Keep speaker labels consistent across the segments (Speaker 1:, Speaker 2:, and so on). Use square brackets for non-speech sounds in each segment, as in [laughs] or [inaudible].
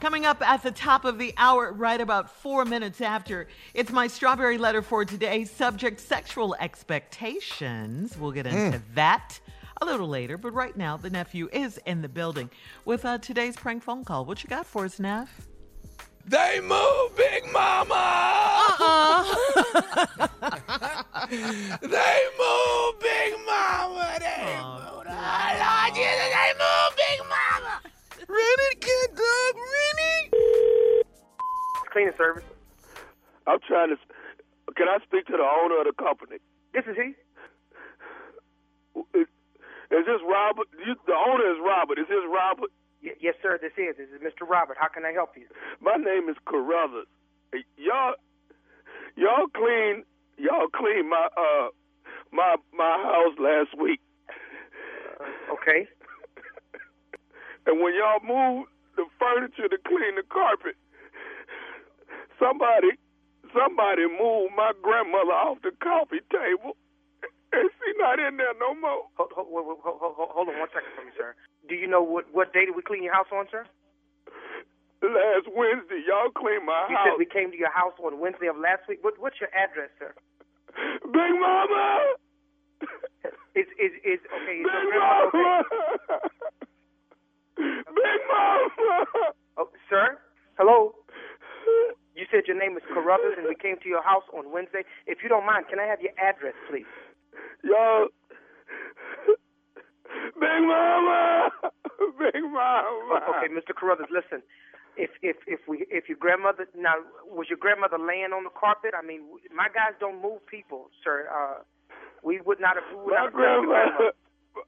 Speaker 1: Coming up at the top of the hour, right about four minutes after, it's my strawberry letter for today. Subject sexual expectations. We'll get into that a little later, but right now, the nephew is in the building with uh, today's prank phone call. What you got for us, Neff?
Speaker 2: They move, Big Mama. Uh-uh. [laughs] they move, Big Mama. They move. Oh, Lord Jesus, they move, Big Mama. Run it, kid dog. Run it.
Speaker 3: cleaning service.
Speaker 4: I'm trying to. Can I speak to the owner of the company?
Speaker 3: This is he.
Speaker 4: Is, is this Robert? You, the owner is Robert. Is this Robert?
Speaker 3: Y- yes, sir. This is. This is Mr. Robert. How can I help you?
Speaker 4: My name is Carruthers. And Y'all, y'all clean, y'all clean my uh, my my house last week.
Speaker 3: Okay.
Speaker 4: And when y'all moved the furniture to clean the carpet, somebody somebody moved my grandmother off the coffee table, and she not in there no more.
Speaker 3: Hold, hold, hold, hold, hold, hold- hold on one second for me, sir. Do you know what what day did we clean your house on, sir?
Speaker 4: Last Wednesday, y'all cleaned my
Speaker 3: You said
Speaker 4: house.
Speaker 3: we came to your house on Wednesday of last week. What, what's your address, sir?
Speaker 4: Big Mama!
Speaker 3: Is is is okay? Is
Speaker 4: Big
Speaker 3: your grandma [laughs] okay?
Speaker 4: Mama! Big Mama!
Speaker 3: Oh, sir. Hello. You said your name is Carruthers, and we came to your house on Wednesday. If you don't mind, can I have your address, please?
Speaker 4: Y'all. Big Mama! Big Mama!
Speaker 3: Okay, Mr. Carruthers, listen. If if if we if your grandmother now was your grandmother laying on the carpet? I mean, my guys don't move people, sir. Uh, we would not have. We would
Speaker 4: my
Speaker 3: not have grabbed your
Speaker 4: grandmother,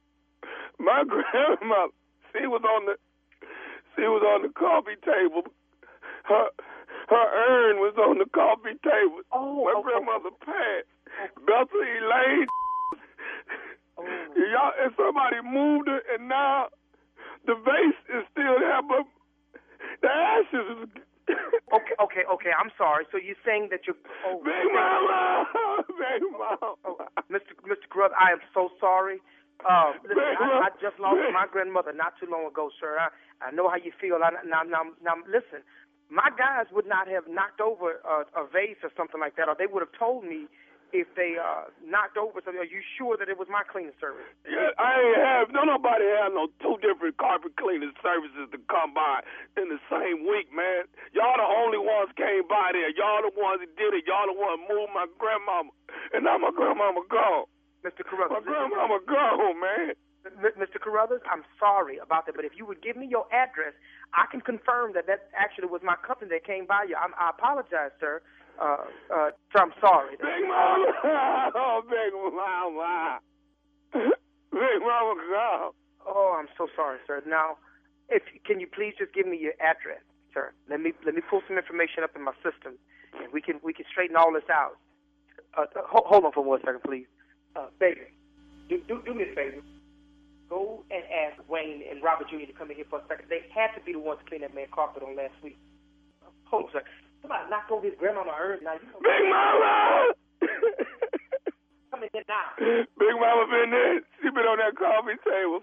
Speaker 4: [laughs] my grandma, she was on the, she was on the coffee table. Her, her urn was on the coffee table.
Speaker 3: Oh, oh,
Speaker 4: my
Speaker 3: oh.
Speaker 4: grandmother passed. Bethel Elaine.
Speaker 3: Oh.
Speaker 4: [laughs] Y'all, and somebody moved it, and now the vase is still there, but the ashes is. [laughs]
Speaker 3: Okay, okay, okay. I'm sorry. So you're saying that you're. Oh,
Speaker 4: Big mama, [laughs] big mama.
Speaker 3: Oh, [laughs] Mr. Mr. Carruthers, I am so sorry. Uh, listen, I, I just lost
Speaker 4: Grandma.
Speaker 3: my grandmother not too long ago, sir. I, I know how you feel. I, now, now, now, listen, my guys would not have knocked over a, a vase or something like that, or they would have told me if they uh, knocked over something. Are you sure that it was my cleaning service?
Speaker 4: Yeah, I ain't have no nobody had no two different carpet cleaning services to come by in the same week, man. Y'all the only ones came by there. Y'all the ones that did it. Y'all the one moved my grandmama, and now my grandmama gone.
Speaker 3: Mr.
Speaker 4: My
Speaker 3: Carruthers, listen,
Speaker 4: grandmama gone, man.
Speaker 3: M- Mr. Carruthers, I'm sorry about that, but if you would give me your address, I can confirm that that actually was my company that came by you. I'm, I apologize, sir. Uh, uh, sir, I'm sorry.
Speaker 4: Big mama, [laughs] oh big mama, [laughs] big mama gone.
Speaker 3: Oh, I'm so sorry, sir. Now, if can you please just give me your address, sir? Let me let me pull some information up in my system, and we can we can straighten all this out. Uh, uh, ho- hold on for one second, please. Uh, baby, do, do do me a favor. Go and ask Wayne and Robert Jr. to come in here for a second. They had to be the ones to clean that man carpet on last week. Hold on, a second. Somebody knocked over his grandma urn. Now you know,
Speaker 4: [laughs] Big mama, [laughs]
Speaker 3: come in here now.
Speaker 4: big mama been there. She been on that coffee table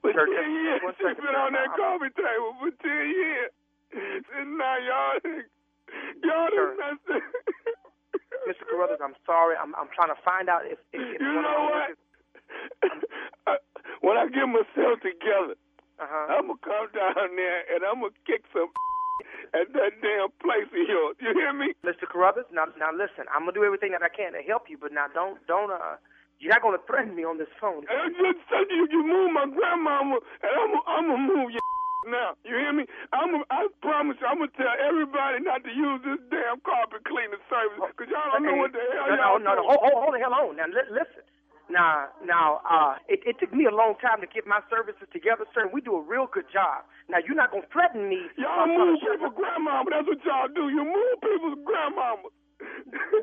Speaker 4: for
Speaker 3: Sir,
Speaker 4: ten years.
Speaker 3: one
Speaker 4: She
Speaker 3: second,
Speaker 4: been
Speaker 3: sir.
Speaker 4: on that
Speaker 3: I'm-
Speaker 4: coffee table for ten years. And now y'all, y'all
Speaker 3: Sir.
Speaker 4: done messed.
Speaker 3: Mr. Carruthers, I'm sorry. I'm I'm trying to find out if, if, if
Speaker 4: You know [laughs] what? When I get myself together,
Speaker 3: Uh huh.
Speaker 4: I'm gonna come down there and I'm gonna kick some [laughs] at that damn place of yours. You hear me?
Speaker 3: Mr. Carruthers, now now listen, I'm gonna do everything that I can to help you, but now don't don't uh you're not gonna threaten me on this phone.
Speaker 4: And I just said you, you move my grandmama, and I'm I'm gonna move your now. You hear me? I'm a, I promise you, I'm gonna tell everybody not to use this damn carpet cleaning service because y'all don't know what the hell
Speaker 3: no,
Speaker 4: y'all
Speaker 3: no, no, no.
Speaker 4: doing.
Speaker 3: Hold, hold, hold the hell on. Now li- listen. Now now uh it, it took me a long time to get my services together, sir. and We do a real good job. Now you're not gonna threaten me.
Speaker 4: Y'all
Speaker 3: I'm gonna
Speaker 4: move
Speaker 3: shut my-
Speaker 4: people's grandmama. That's what y'all do. You move people's
Speaker 3: [laughs]
Speaker 4: grandmama.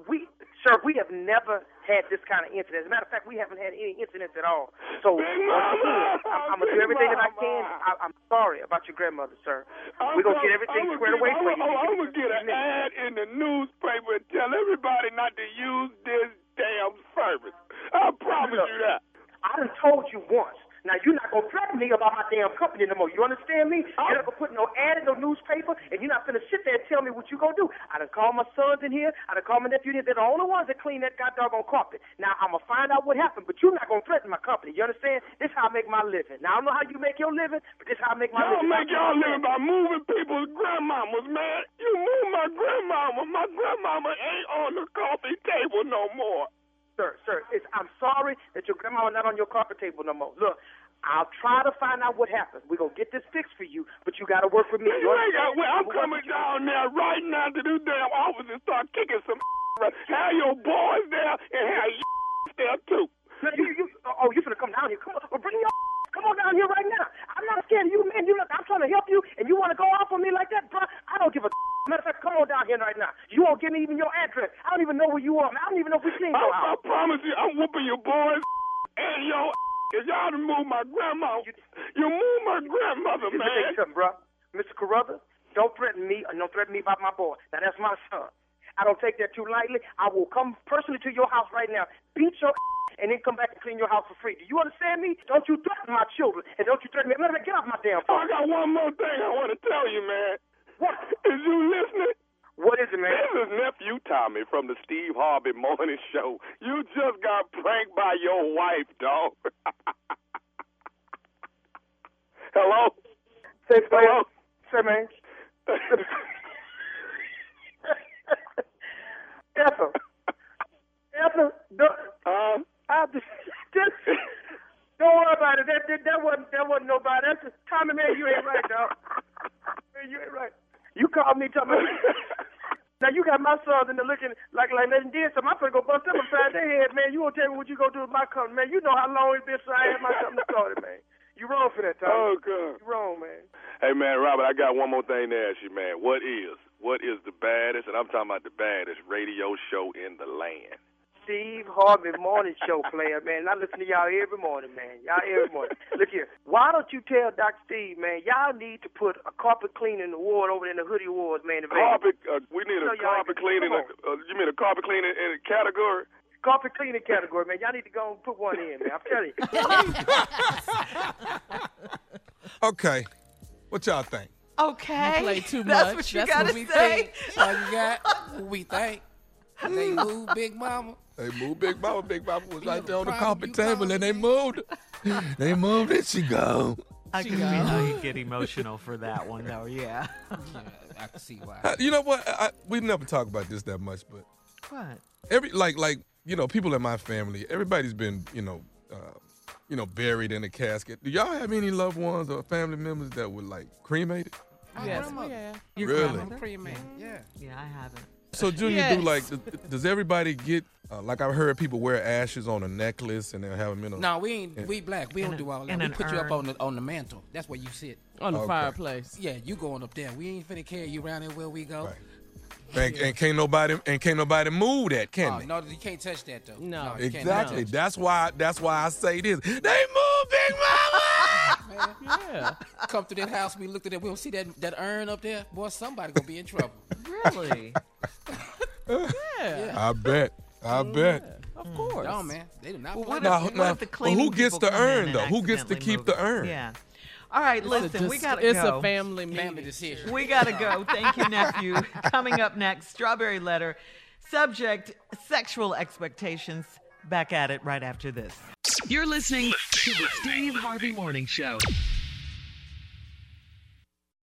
Speaker 3: we sir, we have never had this kind of incident. As a matter of fact, we haven't had any incidents at all. So
Speaker 4: Big
Speaker 3: once again,
Speaker 4: mama!
Speaker 3: I'm, I'm gonna
Speaker 4: Big
Speaker 3: do everything that I
Speaker 4: mama!
Speaker 3: can. I, I'm sorry about your grandmother, sir.
Speaker 4: I'm
Speaker 3: We're gonna
Speaker 4: gonna-
Speaker 3: get everything
Speaker 4: I'm
Speaker 3: squared
Speaker 4: gonna
Speaker 3: away
Speaker 4: get,
Speaker 3: for
Speaker 4: I'm
Speaker 3: you.
Speaker 4: gonna- I'm gonna get an
Speaker 3: Give me-
Speaker 4: ad in the newspaper and tell everybody not to use this damn service. I promise you that.
Speaker 3: I done told you once. Now you're not gonna threaten me about my damn company no more. You understand me? You're not gonna put no ad in no newspaper, and you're not gonna sit there and tell me what you gonna do. I done called my sons in here. I done called my nephew in here. They're the only ones that clean that goddamn carpet. Now I'm gonna find out what happened, but you're not gonna threaten my company. You understand? This how I make my living. Now I don't know how you make your living, but this how I make my
Speaker 4: Y'all
Speaker 3: living.
Speaker 4: make y'all living by moving people's grandmamas, man. You move my grandmama. My grandmama ain't on the coffee table no more.
Speaker 3: Sir, sir, it's, I'm sorry that your grandma was not on your carpet table no more. Look, I'll try to find out what happened. We're going to get this fixed for you, but you got to work with me.
Speaker 4: You ain't got,
Speaker 3: understand?
Speaker 4: well, I'm
Speaker 3: We're gonna
Speaker 4: coming
Speaker 3: get you-
Speaker 4: down there right now to the damn office and start kicking some [laughs] around. Have your boys there and have you [laughs] there too.
Speaker 3: No, you, you, oh, you finna come down here. Come on, well, bring your [laughs] Come on down here right now. I'm not scared of you, man. You look, I'm trying to help you, and you want to go off on me like that, bro? I don't give a [laughs] Matter of fact, come on down here right now. You won't give me even your address. I don't even know where you are. man. I don't even know if we clean
Speaker 4: I,
Speaker 3: your
Speaker 4: I
Speaker 3: house.
Speaker 4: promise you, I'm whooping your boys [laughs] and your [laughs] if y'all done move my grandma. You move my grandmother,
Speaker 3: Let me tell
Speaker 4: man.
Speaker 3: you something, bro. Mr. Carruthers, don't threaten me and don't threaten me about my boy. Now, that's my son. I don't take that too lightly. I will come personally to your house right now, beat your [laughs] and then come back and clean your house for free. Do you understand me? Don't you threaten my children, and don't you threaten me. Matter of fact, get off my damn
Speaker 4: Oh, I
Speaker 3: phone.
Speaker 4: got one more thing I want to tell you, man.
Speaker 3: What?
Speaker 4: Is you listening?
Speaker 3: What is it, man?
Speaker 4: This is nephew Tommy from the Steve Harvey Morning Show. You just got pranked by your wife, dog. [laughs] Hello.
Speaker 3: Say,
Speaker 4: Hello. [laughs]
Speaker 3: man. Say, man. Ethel. Ethel, don't, [laughs]
Speaker 4: um.
Speaker 3: I just, just, don't worry about it. That, that, that wasn't, that wasn't nobody. That's just, Tommy, man, you ain't right, dog. Man, you ain't right. You called me, Tommy. Now you got my sons in there looking like like nothing did something. I'm finna go bust them inside their head, man. You gonna tell me what you gonna do with my company, man. You know how long it's been since I had my company started, man. You wrong for that, Tommy.
Speaker 4: oh God.
Speaker 3: You wrong, man.
Speaker 4: Hey man, Robert, I got one more thing to ask you, man. What is what is the baddest? And I'm talking about the baddest radio show in the land.
Speaker 3: Steve Harvey morning show player, man. I listen to y'all every morning, man. Y'all every morning. Look here. Why don't you tell Doc Steve, man, y'all need to put a carpet cleaning award over in the hoodie awards, man. in Vegas.
Speaker 4: Carpet. Uh, we need
Speaker 3: No,
Speaker 4: a
Speaker 3: y'all-
Speaker 4: carpet cleaning.
Speaker 3: come
Speaker 4: Uh, you mean a carpet cleaning in a category?
Speaker 3: Carpet cleaning category, man. Y'all need to go and put one in, man. I'm telling you.
Speaker 2: Okay. What y'all think?
Speaker 1: Okay.
Speaker 5: You play too
Speaker 1: [laughs] That's
Speaker 5: much.
Speaker 1: what you
Speaker 5: That's
Speaker 1: gotta
Speaker 5: what we
Speaker 1: say.
Speaker 5: think. All you got. What we think.
Speaker 2: Hmm.
Speaker 5: They move Big Mama.
Speaker 2: They moved Big Mama. Big Mama was right
Speaker 5: have
Speaker 2: there
Speaker 5: a
Speaker 2: on the carpet
Speaker 5: problem, you
Speaker 2: table,
Speaker 5: call
Speaker 2: and they moved. her. they moved it. She go.
Speaker 1: I can see how you get emotional for that one, though. Yeah. [laughs]
Speaker 5: Yeah, I can see
Speaker 2: [laughs]
Speaker 5: why.
Speaker 2: Uh, You know what? I, I- we never talk about this that much, but
Speaker 1: What?
Speaker 2: every like like you know people in my family, everybody's been you know uh, you know buried in a casket. Do y'all have any loved ones or family members that were like cremated?
Speaker 5: My
Speaker 1: Yes.
Speaker 5: grandmother. Yeah.
Speaker 1: Your
Speaker 2: Really?
Speaker 1: grandmother?
Speaker 5: Pre-man. Yeah.
Speaker 1: Yeah, I haven't.
Speaker 2: So Junior, do
Speaker 5: Yes.
Speaker 2: like th- does everybody get uh, like I've heard people wear ashes on a necklace and they'll have them in a
Speaker 5: No, we ain't. We black. We don't do all that.
Speaker 1: in
Speaker 5: We
Speaker 1: an
Speaker 5: put you up
Speaker 1: urn.
Speaker 5: on the on the mantle. That's where you sit.
Speaker 6: on the
Speaker 2: Okay.
Speaker 6: fireplace.
Speaker 5: Yeah, you going up there. We ain't finna carry you around everywhere we go.
Speaker 2: Right. and, and can't nobody and can't nobody move that can
Speaker 5: Oh,
Speaker 2: they?
Speaker 5: no, you can't touch that though.
Speaker 6: No.
Speaker 5: you can't touch
Speaker 2: Exactly.
Speaker 5: that.
Speaker 2: That's why. That's why I say this. They move Big Mama.
Speaker 6: Yeah.
Speaker 5: Come through that house, we looked at it. We don't see that that urn up there. Boy, somebody gonna be in trouble.
Speaker 1: Really?
Speaker 6: Yeah.
Speaker 2: I bet. I bet.
Speaker 6: Of course.
Speaker 5: no, man, they do not.
Speaker 1: Well,
Speaker 5: play
Speaker 1: what,
Speaker 5: that.
Speaker 2: Now,
Speaker 1: if,
Speaker 2: now,
Speaker 1: what if the
Speaker 2: who
Speaker 1: cleaning
Speaker 2: gets
Speaker 1: people
Speaker 2: the
Speaker 1: come in
Speaker 2: urn,
Speaker 1: and
Speaker 2: though? Who gets to
Speaker 1: accidentally
Speaker 2: keep the
Speaker 1: move it?
Speaker 2: urn?
Speaker 1: Yeah. All right, listen, we
Speaker 6: Just-
Speaker 1: gotta
Speaker 6: it's
Speaker 1: go.
Speaker 6: a family meeting.
Speaker 5: family decision.
Speaker 1: We gotta go. Thank you,
Speaker 6: [laughs]
Speaker 1: nephew. Coming up next, strawberry letter. Subject: sexual expectations. Back at it right after this.
Speaker 7: You're listening to the Steve Harvey Morning Show.